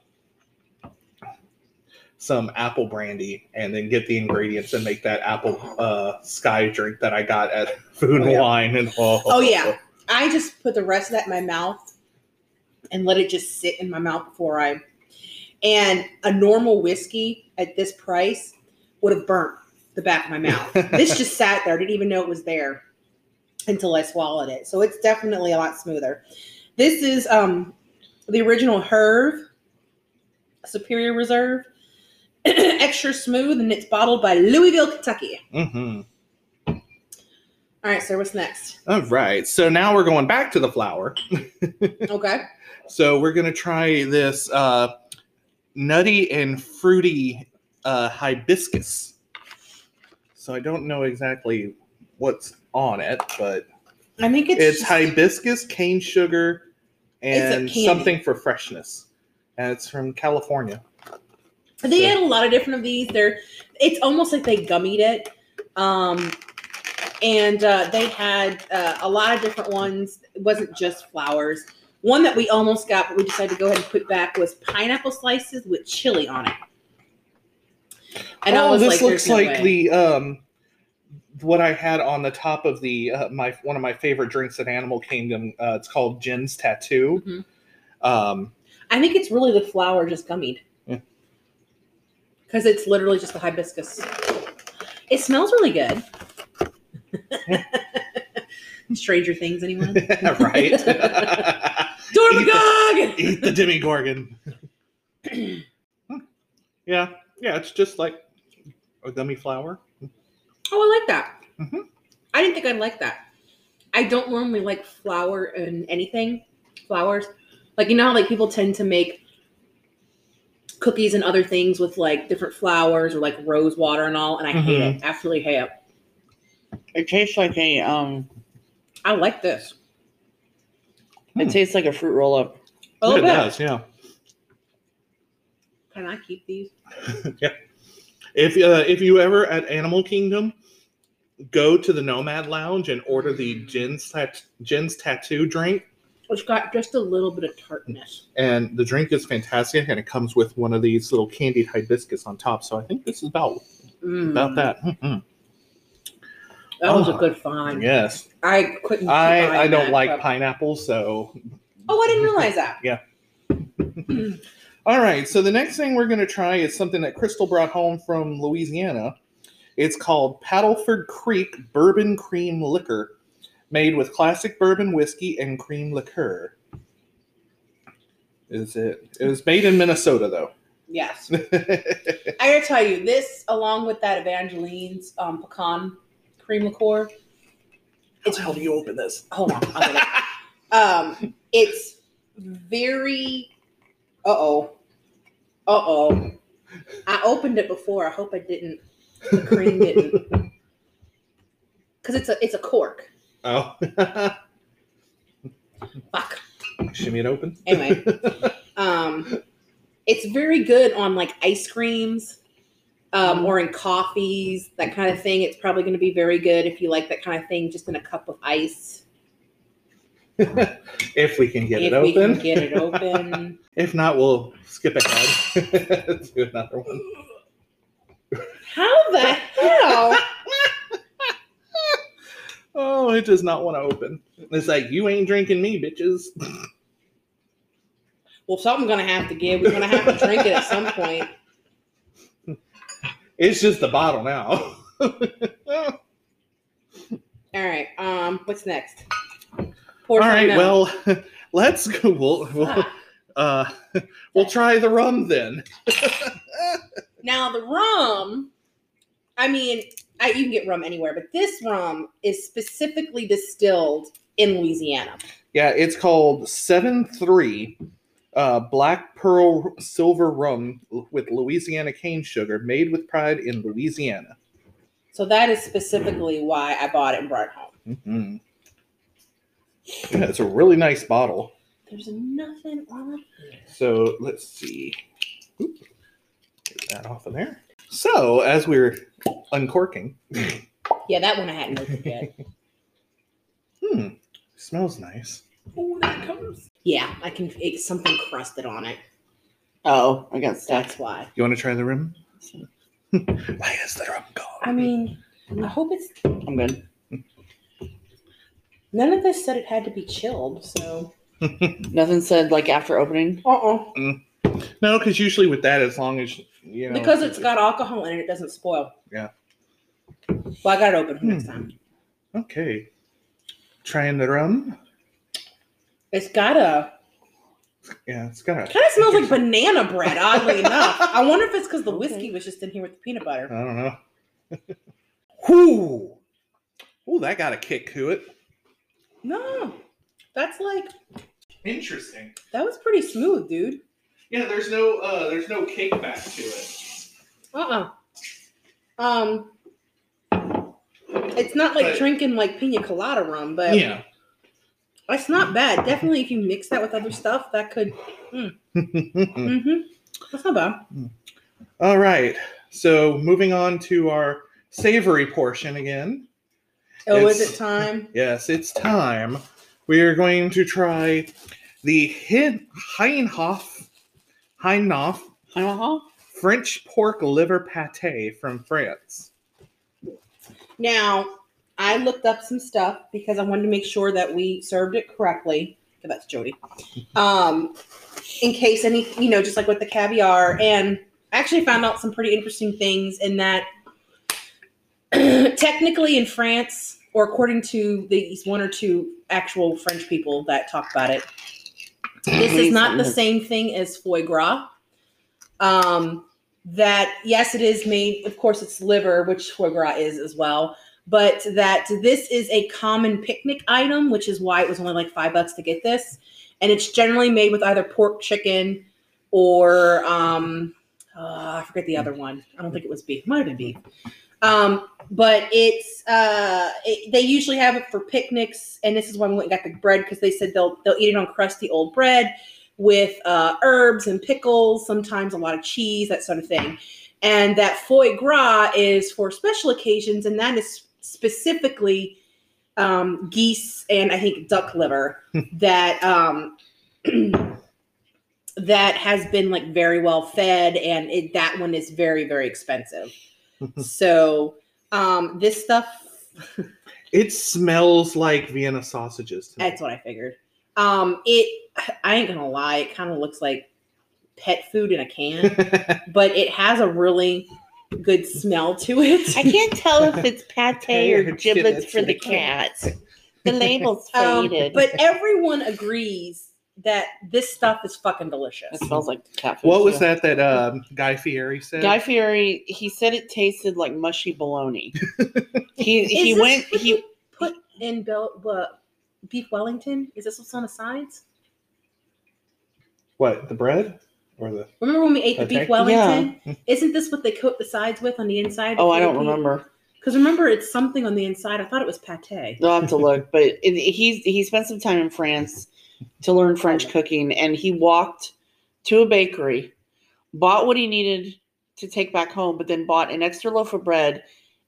some apple brandy and then get the ingredients and make that apple uh, sky drink that I got at Food and
Oh, yeah.
Wine. And oh, <laughs>
Oh yeah, I just put the rest of that in my mouth and let it just sit in my mouth before I. And a normal whiskey at this price would have burnt the back of <laughs> my mouth. this just sat there. I didn't even know it was there until I swallowed it. So it's definitely a lot smoother. This is um, the original Herve Superior Reserve, <clears throat> extra smooth, and it's bottled by Louisville, Kentucky.
hmm
All right, sir, what's <laughs> next?
All right. So now we're going back to the flour.
Okay.
So we're going to try this uh, nutty and fruity uh, hibiscus. So I don't know exactly what's on it, but
I think it's,
it's
just-
hibiscus, cane sugar,
It's a
and
candy.
something for freshness. And it's from California.
They
Yeah.
had a lot of different of these. They're it's almost like they gummied it. Um and uh, they had uh, a lot of different ones. It wasn't just flowers. One that we almost got, but we decided to go ahead and put back was pineapple slices with chili on it. And I
oh,
was
this looks
"There's no
like
way."
the um, what I had on the top of the uh, my one of my favorite drinks at Animal Kingdom. Uh, it's called Jen's Tattoo.
Mhm.
Um, <laughs>
I think it's really the flower just gummied.
Yeah.
Because it's literally just the hibiscus. It smells
<laughs>
really good. <laughs> Stranger Things, anyone? <laughs>
right? <laughs>
Dormagog!
Eat the Demigorgon. yeah, yeah. It's just like a gummy flower.
Oh, I like that.
Mhm.
I didn't think I'd like that. I don't normally like flour and anything, flowers. Like you know how like people tend to make cookies and other things with like different flowers or like rose water and all, and I hate
Mm-hmm.
it. Absolutely hate it.
It tastes like a um.
I like this.
Hmm.
It tastes like a fruit roll up.
A
Yeah, it
little bit.
does. Yeah.
Can I keep these?
If uh, if you ever at Animal Kingdom, go to the Nomad Lounge and order the Jen's tat- Jen's tattoo drink,
It's got just a little bit of tartness.
and the drink is fantastic, and it comes with one of these little candied hibiscus on top. So I think this is about
Mm.
about that. Mhm.
That was a
Oh,
good find.
Yes.
I couldn't. keep
I
eyeing
I don't
that,
like
but-
pineapples, so
Oh, I didn't realize that.
all right. So the next thing we're gonna try is something that Crystal brought home from Louisiana. It's called Paddleford Creek Bourbon Cream Liquor, made with classic bourbon whiskey and cream liqueur. Is it? It was made in Minnesota, though. <laughs>
Yes. I gotta tell you, this along with that Evangeline's um, pecan cream liqueur. It's how do you open this? Hold on, I'm gonna- um, it's very. Uh oh. Uh oh. I opened it before. I hope I didn't. The cream didn't. Cause it's a it's a cork.
oh, <laughs>
Fuck.
shimmy it open.
Anyway, um, it's very good on like ice creams um, or in coffees, that kind of thing. It's probably going to be very good if you like that kind of thing, just in a cup of ice.
If we can get
if
it
we
open.
can get it open.
<laughs> If not, we'll skip ahead <laughs> to another one.
How the hell?
Oh, it does not want to open. It's like you ain't drinking me, bitches.
Well, something's going to have to give. We're going to have to drink it at some point.
It's just the bottle now. <laughs>
All right. Um, what's next?
All
Pour some
right,
out.
well, <laughs> let's go. We'll, we'll,
Ah,
uh, we'll try the rum then.
now the rum. I mean, I, you can get rum anywhere, but this rum is specifically distilled in Louisiana.
Yeah, it's called Seven Three uh, Black Pearl Silver Rum with Louisiana cane sugar, made with pride in Louisiana.
So that is specifically why I bought it and brought it home.
Mhm. Yeah, it's a really nice bottle.
There's nothing on it.
So let's see. Oop. Get that off of there. So as we're uncorking,
Yeah, that one I hadn't opened yet.
hmm, smells nice.
<laughs> oh, that comes. Yeah, I can. It's something crusted on it.
Oh, I got stuck.
That's why.
You want to try the rim? <laughs> Why is the rim gone?
I mean, I hope it's.
I'm good.
None of this said it had to be chilled, so.
Nothing said like after opening.
Uh uh
no, because usually with that, as long as you know,
Because it's got alcohol in it, it doesn't spoil.
Yeah.
Well, I got it open
Hmm.
next time.
okay. Trying the rum.
It's got a.
Yeah, it's got. A,
Kind of smells like banana bread, oddly enough. I wonder if it's because the whiskey was just in here with the peanut butter.
I don't know. <laughs> Whoo! Ooh, that got a kick to it.
No. That's like.
Interesting.
That was pretty smooth, dude.
Yeah, there's no uh, there's no kickback to it.
Uh uh Um, it's not like
But-
drinking like pina colada rum, but
yeah. <laughs>
it's not bad. Definitely, if you mix that with other stuff, that could. hmm That's not bad.
All right. So moving on to our savory portion again.
Oh, is
It's-
it time?
Yes, it's time. We are going to try the Hin- Heinhof, Heinhof
Uh-huh.
French pork liver pate from France.
Now, I looked up some stuff because I wanted to make sure that we served it correctly. Okay, that's Jody. Um, in case any, you know, just like with the caviar, and I actually found out some pretty interesting things in that <clears throat> technically in France, or according to these one or two actual French people that talk about it, this is not the same thing as foie gras. Um, that yes, it is made. Of course, it's liver, which foie gras is as well. But that this is a common picnic item, which is why it was only like five bucks to get this, and it's generally made with either pork, chicken, or um, uh, I forget the other one. I don't think it was beef. It might have been beef. Um, but it's uh, it, they usually have it for picnics, and this is why we went and got the bread because they said they'll they'll eat it on crusty old bread with uh, herbs and pickles, sometimes a lot of cheese, that sort of thing. And that foie gras is for special occasions, and that is specifically um, geese and I think duck liver that um, that has been like very well fed, and it, that one is very very expensive. so um, this stuff
It smells like Vienna sausages. to me.
That's what I figured. Um, it I ain't gonna lie, it kind of looks like pet food in a can, but it has a really good smell to it.
I can't tell if it's
<laughs>
pate or giblets for the cat. <laughs>
cat.
The <laughs> label's
Um,
faded.
<laughs> but everyone agrees that this stuff is fucking delicious.
it smells like cat food.
What was
too.
that that um, Guy Fieri said?
Guy Fieri, he said it tasted like mushy
<laughs>
bologna. he he
Is this
went
what
he
you put in Bel- what, beef Wellington. Is this what's on the sides?
what the bread or
<laughs>
the?
Remember when we ate the
Okay.
beef Wellington? Isn't this what they coat the sides with on the inside?
Oh, I don't remember.
Because remember, it's something on the inside. I thought it was pate.
I'll have to look. But it, he's he spent some time in France to learn French cooking, and he walked to a bakery, bought what he needed to take back home, but then bought an extra loaf of bread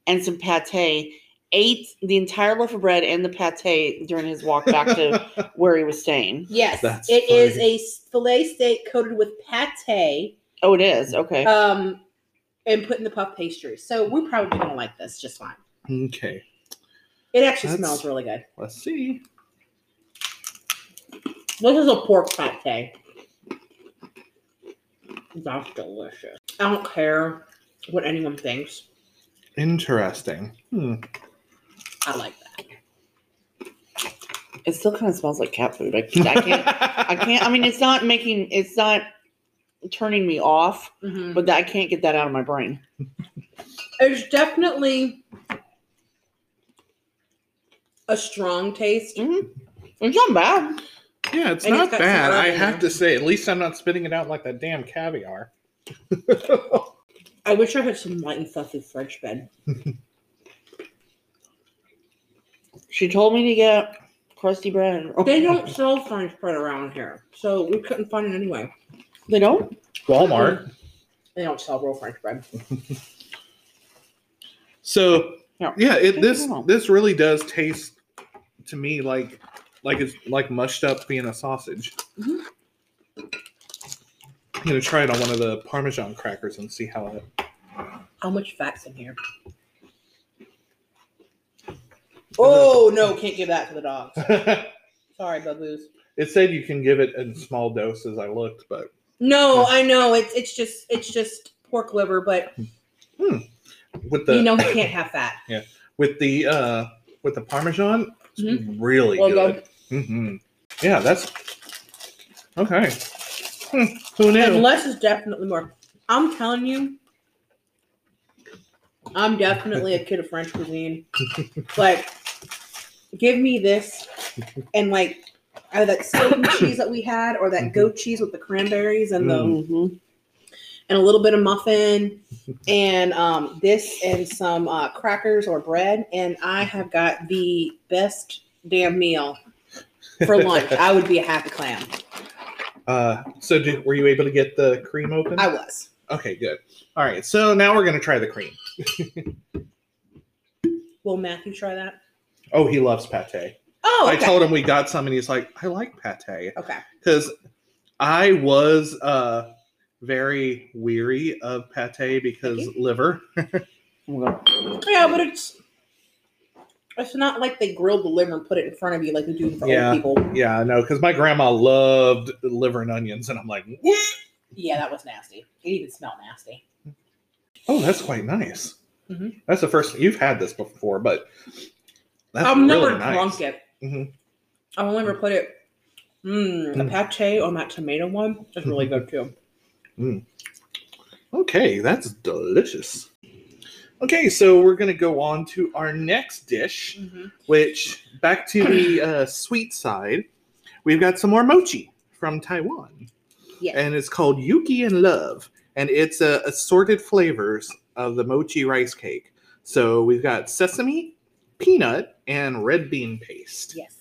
and some pate. Ate the entire loaf of bread and the pate during his walk
<laughs>
back to where he was staying.
Yes,
That's
it is
funny.
a fillet steak coated with pate,
Oh, it is okay.
um, and put in the puff pastry. So we're probably gonna like this just fine.
okay,
It actually
That's-
smells really good.
let's see.
This is a pork pate. That's delicious. I don't care what anyone thinks.
Interesting. Hmm.
I like that.
It still kind of smells like cat food. I, I can't. I can't. I mean, it's not making. It's not turning me off,
Mhm.
but I can't get that out of my brain.
There's definitely a strong taste.
Mm-hmm. It's not bad.
Yeah, it's
And
not
it's got some
bad.
love
I
in
have
there.
to say, at least I'm not spitting it out like that damn caviar.
I wish I had some light and fluffy French bread.
She told me to get crusty bread.
They don't sell French bread around here, so we couldn't find it anyway.
They don't.
Walmart.
They don't sell real French bread.
So
Yeah.
yeah, it, this
Wow.
this really does taste to me like like it's like mushed up Vienna sausage.
Mhm.
I'm gonna try it on one of the Parmesan crackers and see how it.
How much fat's in here? Oh no, can't give that to the dogs. Sorry, baboos.
<laughs> it said you can give it in small doses. I looked, but
No, I know it's it's just it's just pork liver, but
with the
you know he can't have fat.
with the uh with the Parmesan, it's really
Mm-hmm. Well
good. hmm Yeah, that's okay. Hmm, Who knew?
And less is definitely more. I'm telling you, I'm definitely a kid of French cuisine.
<laughs>
like, give me this and like either that steak and cheese that we had, or that
Mm-hmm.
goat cheese with the cranberries and
Mm.
the
Mm-hmm.
and a little bit of muffin, and um, this and some uh, crackers or bread, and I have got the best damn meal for
<laughs>
lunch. I would be a happy clam.
Uh, so did, were you able to get the cream open?
I was.
okay, good. All right, so now we're gonna try the cream.
Will Matthew try that?
Oh, he loves pate.
Oh,
I
okay.
told him we got some, and he's like, "I like pate,"
okay.
because I was uh very weary of pate because liver.
Yeah, but it's it's not like they grilled the liver and put it in front of you like they do for
Yeah.
old people.
Yeah, I know, because my grandma loved liver and onions, and I'm like,
Yeah, that was nasty. It even smelled nasty.
Oh, that's quite nice.
Mhm.
That's the first you've had this before, but that's
I've
really
never
nice.
drunk it.
Mhm.
I've only ever put it. Mmm, the
Mm.
pate on that tomato one is really
Mm-hmm.
good too.
Okay, that's delicious. Okay, so we're gonna go on to our next dish,
Mm-hmm.
which back to the uh, sweet side, we've got some more mochi from Taiwan,
Yeah.
and it's called Yuki and Love, and it's uh, assorted flavors of the mochi rice cake. So we've got sesame, peanut, and red bean paste.
Yes.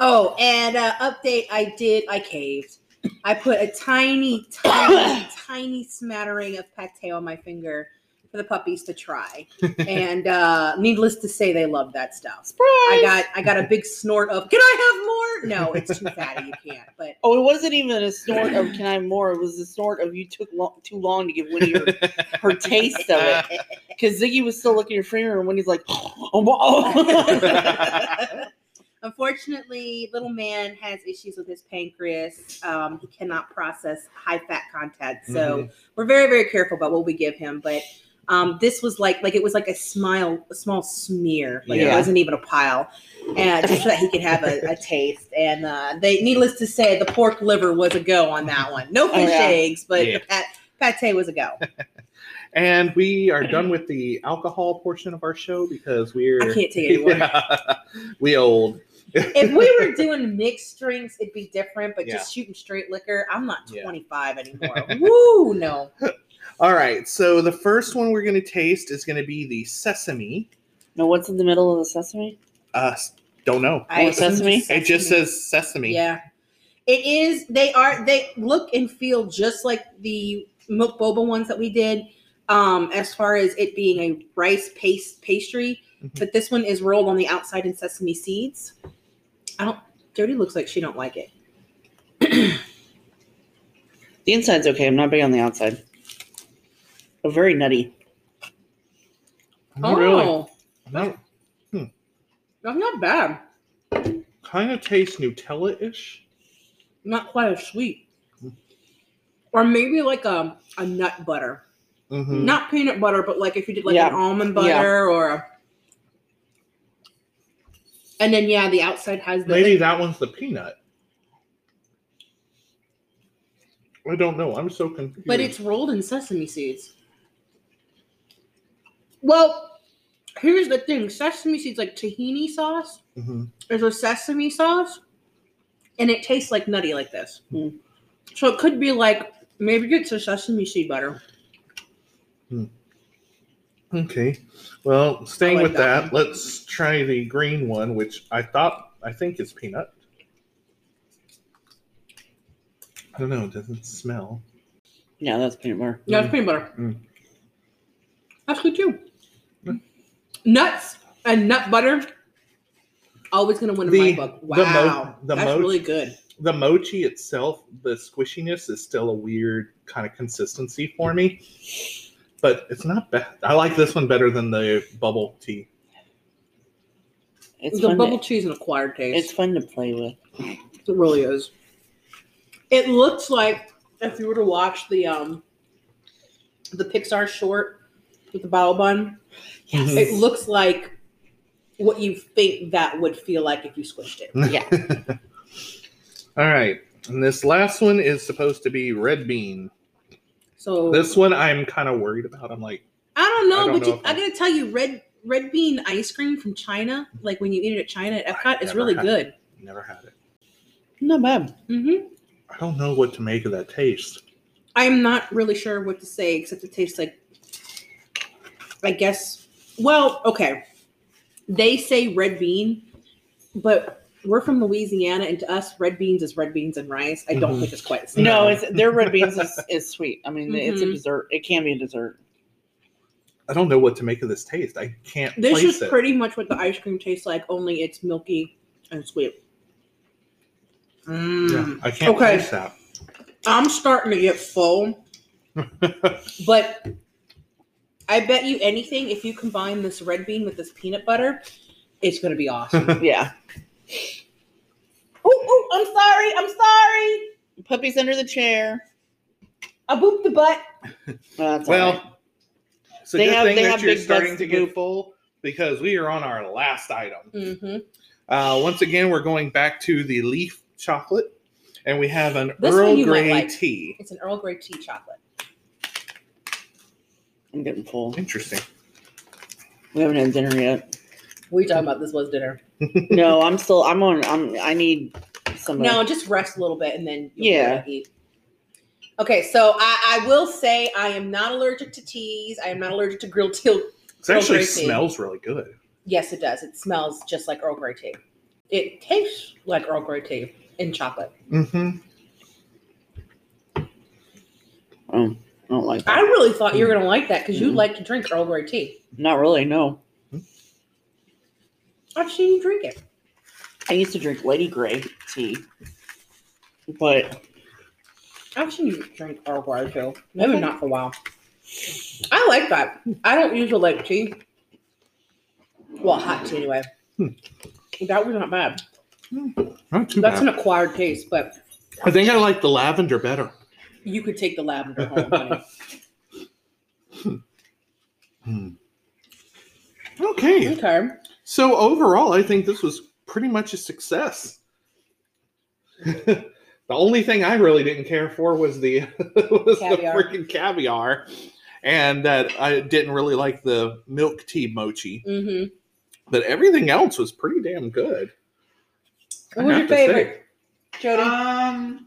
Oh, and uh, update I did, I caved. I put a tiny, tiny, tiny smattering of pate on my finger for the puppies to try. and uh, needless to say, they love that stuff. I got I got a big snort of can I have more? No, it's too fatty. You can't. But
Oh, it wasn't even a snort of "Can I have more?" It was a snort of "You took lo- too long to give Winnie her, her taste of it." Because Ziggy was still looking at her finger, and Winnie's like, <gasps> "Oh, wow."
Unfortunately, little man has issues with his pancreas. Um, he cannot process high fat content, so
Mm-hmm.
we're very very careful about what we give him. But um, this was like like it was like a smile, a small smear. Like
Yeah.
it wasn't even a pile, and just so that he could have a, a taste. And uh, they, needless to say, the pork liver was a go on that one. No fish
yeah.
eggs, but
Oh, Yeah.
the pat, pate was a go.
and we are done with the alcohol portion of our show because we're
I can't
<laughs>
take it anymore.
we old.
if we were doing mixed drinks, it'd be different. But just shooting straight liquor, I'm not
Yeah.
25 anymore. Woo, no.
All right, so the first one we're going to taste is going to be the sesame.
now, what's in the middle of the sesame?
Uh, don't know.
I
Or sesame?
It just says sesame.
Yeah, it is. They are. They look and feel just like the milk boba ones that we did. Um, as far as it being a rice paste pastry,
Mhm.
but this one is rolled on the outside in sesame seeds. I don't. Jody looks like she don't like it.
The inside's okay. I'm not big on the outside. Oh, very nutty.
Not
Oh.
really. Not,
that's not bad.
kind of tastes Nutella ish.
Not quite as sweet,
Mm.
or maybe like a a nut butter.
Mm-hmm.
not peanut butter, but like if you did like
Yeah.
an almond butter
Yeah.
or. A... And then yeah, the outside has the.
Maybe that one's the peanut. I don't know. I'm so confused.
But it's rolled in sesame seeds. Well, here's the thing: sesame seeds, like tahini sauce,
Mhm.
is a sesame sauce, and it tastes like nutty like this.
Mm.
So it could be like maybe it's a sesame seed butter.
okay. Well, staying
I like
with
that
that, let's try the green one, which I thought I think is peanut. I don't know. It doesn't smell.
Yeah, that's peanut butter.
Yeah, it's peanut butter.
Mm.
That's good too.
Mm.
Nuts and nut butter. Always gonna win in
The-
my book.
the mo-
Wow,
the
that's
mo-
really good.
The mochi itself, the squishiness is still a weird kind of consistency for me, but it's not bad. I like this one better than the bubble tea.
It's
the
fun.
bubble
to,
cheese an acquired
it's
taste.
fun to play with.
it really is. It looks like if you were to watch the um the Pixar short with the bottle bun,
Yes.
it looks like what you think that would feel like if you squished
Mm.
it.
All right. And this last one is supposed to be red bean.
So
This one I'm kind of worried about. I'm like,
I don't know,
I don't
but
know
you,
if
I
I'm-
gotta tell you, red red bean ice cream from China, like when you eat it at China at Epcot, is
never
really
had
good.
never had it.
Not bad.
Mm-hmm.
I don't know what to make of that taste.
I'm not really sure what to say except it tastes like, I guess. Well, okay, they say red bean, but we're from Louisiana, and to us, red beans is red beans and rice. I don't
Mhm.
think it's quite. the same.
No,
No.
it's their red beans <laughs> is, is sweet. I mean, it's a
Mhm.
dessert. It can be a <laughs> dessert.
I don't know what to make of this taste. I can't
This
place
is
it.
pretty much what the ice cream tastes like, only it's milky and sweet. Mm.
Yeah, I can't
Okay.
place that.
I'm starting to get full. but I bet you anything, if you combine this red bean with this peanut butter, it's going to
<laughs>
be awesome.
Yeah.
oh, I'm sorry. I'm sorry.
Puppies under the chair.
I booped the butt.
Well, that's all right.
Well, it's a
They
good
have-
thing
they
that
have
you're
big
starting
butts
to
to
get
boop.
full because we are on our last item.
Mm-hmm.
Uh, once again, we're going back to the leaf chocolate, and we have an
This one
Earl
you might
Grey
like.
tea.
It's an Earl Grey tea chocolate.
I'm getting full.
Interesting.
We haven't had dinner <laughs> yet.
We talking about this was dinner.
No, I'm still. I'm on. I'm. I need some.
No, just rest a little bit and then you'll
Yeah.
be able to eat. Okay, so I, I will say I am not allergic to teas. I am not allergic to grilled tea.
It actually
Grey tea.
smells really good.
Yes, it does. It smells just like Earl Grey tea. It tastes like Earl Grey tea in chocolate.
Mm-hmm.
Oh. I don't like
I
that.
really thought you were going to like that because you
Mm.
like to drink Earl Grey tea.
Not really, no.
I've seen you drink it.
I used to drink Lady Grey tea, but
I've seen you drink Earl Grey too. Maybe not for a while. I like that. I don't usually like tea. Well, hot tea anyway.
Hmm.
That was not bad.
Not too
That's
bad.
an acquired taste, but
I think I like the lavender better.
you could take the lavender home.
<laughs>
honey.
Hmm. Okay.
okay.
So overall, I think this was pretty much a success. <laughs> the only thing I really didn't care for was the <laughs> was the
Caviar.
freaking caviar, and that I didn't really like the milk tea mochi.
Mm-hmm.
But everything else was pretty damn good. I
What was
have to
your
say.
favorite, Jody?
um,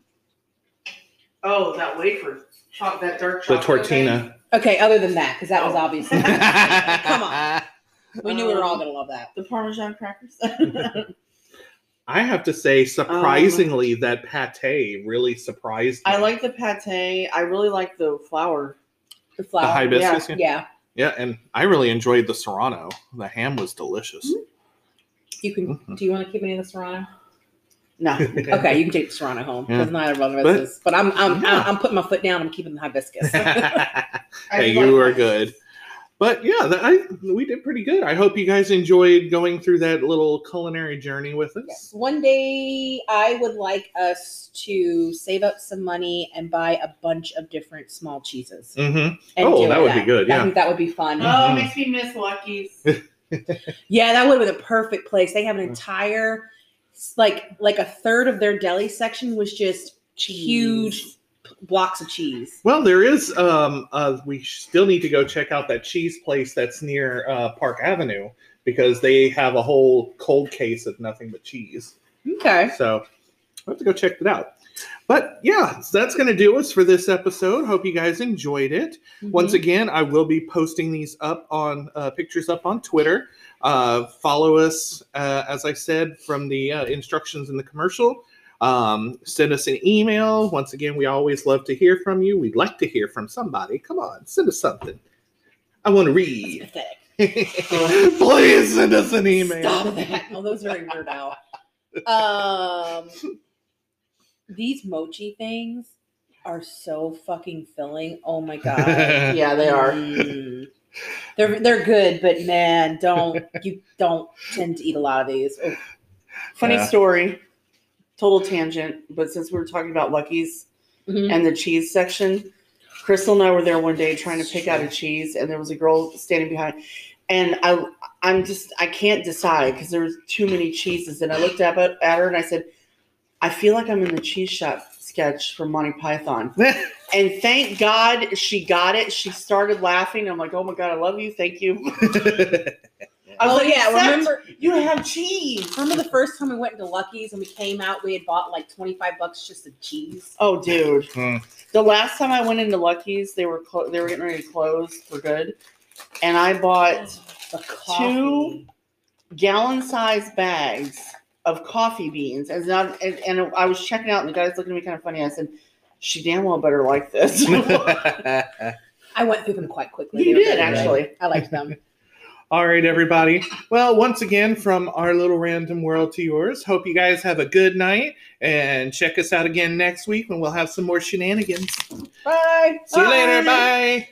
oh, that wafer, choc- that dark
The
chocolate.
tortina.
okay, other than that, because that was
<laughs>
Oh.
obvious.
Come
on. we knew we were all gonna love that.
The Parmesan crackers.
<laughs>
<laughs>
I have to say, surprisingly, that pate really surprised me.
I like the pate. I really like the flour.
The
the
flower.
hibiscus.
yeah.
Yeah. Yeah, and I really enjoyed the serrano. The ham was delicious. <laughs>
You can.
Mm-hmm.
Do you want to keep any of the serrano?
No.
Okay, you can take the serrano home because
Yeah.
neither of us
But-
is. But I'm I'm,
Yeah.
I'm I'm putting my foot down. I'm keeping
<laughs>
the hibiscus.
I
hey,
like
you are
that.
good. But yeah, that, I we did pretty good. I hope you guys enjoyed going through that little culinary journey with
Yes.
us.
One day, I would like us to save up some money and buy a bunch of different small cheeses.
Mm-hmm.
and
Oh,
do
that would be good,
I
yeah.
think that would be fun.
Mm-hmm.
Oh, it makes me miss Lucky's.
<laughs>
Yeah, that would have been the perfect place. They have
Mm.
an entire, like like a third of their deli section was just huge p- blocks of cheese.
Well, there is. Um, uh, we still need to go check out that cheese place that's near uh, Park Avenue because they have a whole cold case of nothing but cheese.
Okay.
So I have to go check it out. But yeah, so that's going to do us for this episode. Hope you guys enjoyed it. Once again, I will be posting these up on uh, pictures up on Twitter. Uh, follow us, uh, as I said, from the uh, instructions in the commercial. Um, send us an email. Once again, we always love to hear from you. We'd like to hear from somebody. Come on, send us something. I want to read.
<laughs> Pathetic.
Please send us an email.
Stop that. Oh, those are weird out. Um, these mochi things are so fucking filling. Oh my god.
<laughs>
<laughs> Yeah, they are.
Mm. They're they're good, but man, don't you don't tend to eat a lot of these.
Oh,
Ugh.
Funny
Yeah.
story, total tangent, but since we were talking about Lucky's
Mhm.
and the cheese section, Crystal and I were there one day trying to pick out a cheese, and there was a girl standing behind, and I, I'm just, I can't decide because there was too many cheeses, and I looked up at at her and I said, I feel like I'm in the cheese shop sketch from Monty Python, and thank God she got it. She started laughing. I'm like, oh my god, I love you, thank you. I was
Oh
like,
yeah,
"Except
remember
you have cheese.
remember the first time we went into Lucky's and we came out, we had bought like twenty five bucks just of cheese.
Oh, dude.
Hmm.
The last time I went into Lucky's, they were clo- they were getting ready to close for good, and I bought
The coffee.
gallon sized bags of coffee beans. And not and, and I was checking out, and the guy's looking at me kind of funny. I said, "She damn well better
<laughs>
like this." <laughs>
I went through them quite quickly.
You
They were
did,
good, right?
actually.
I liked them.
<laughs> All right, everybody. Well, once again, from our little random world to yours, hope you guys have a good night and check us out again next week when we'll have some more shenanigans.
Bye.
See you later. Bye.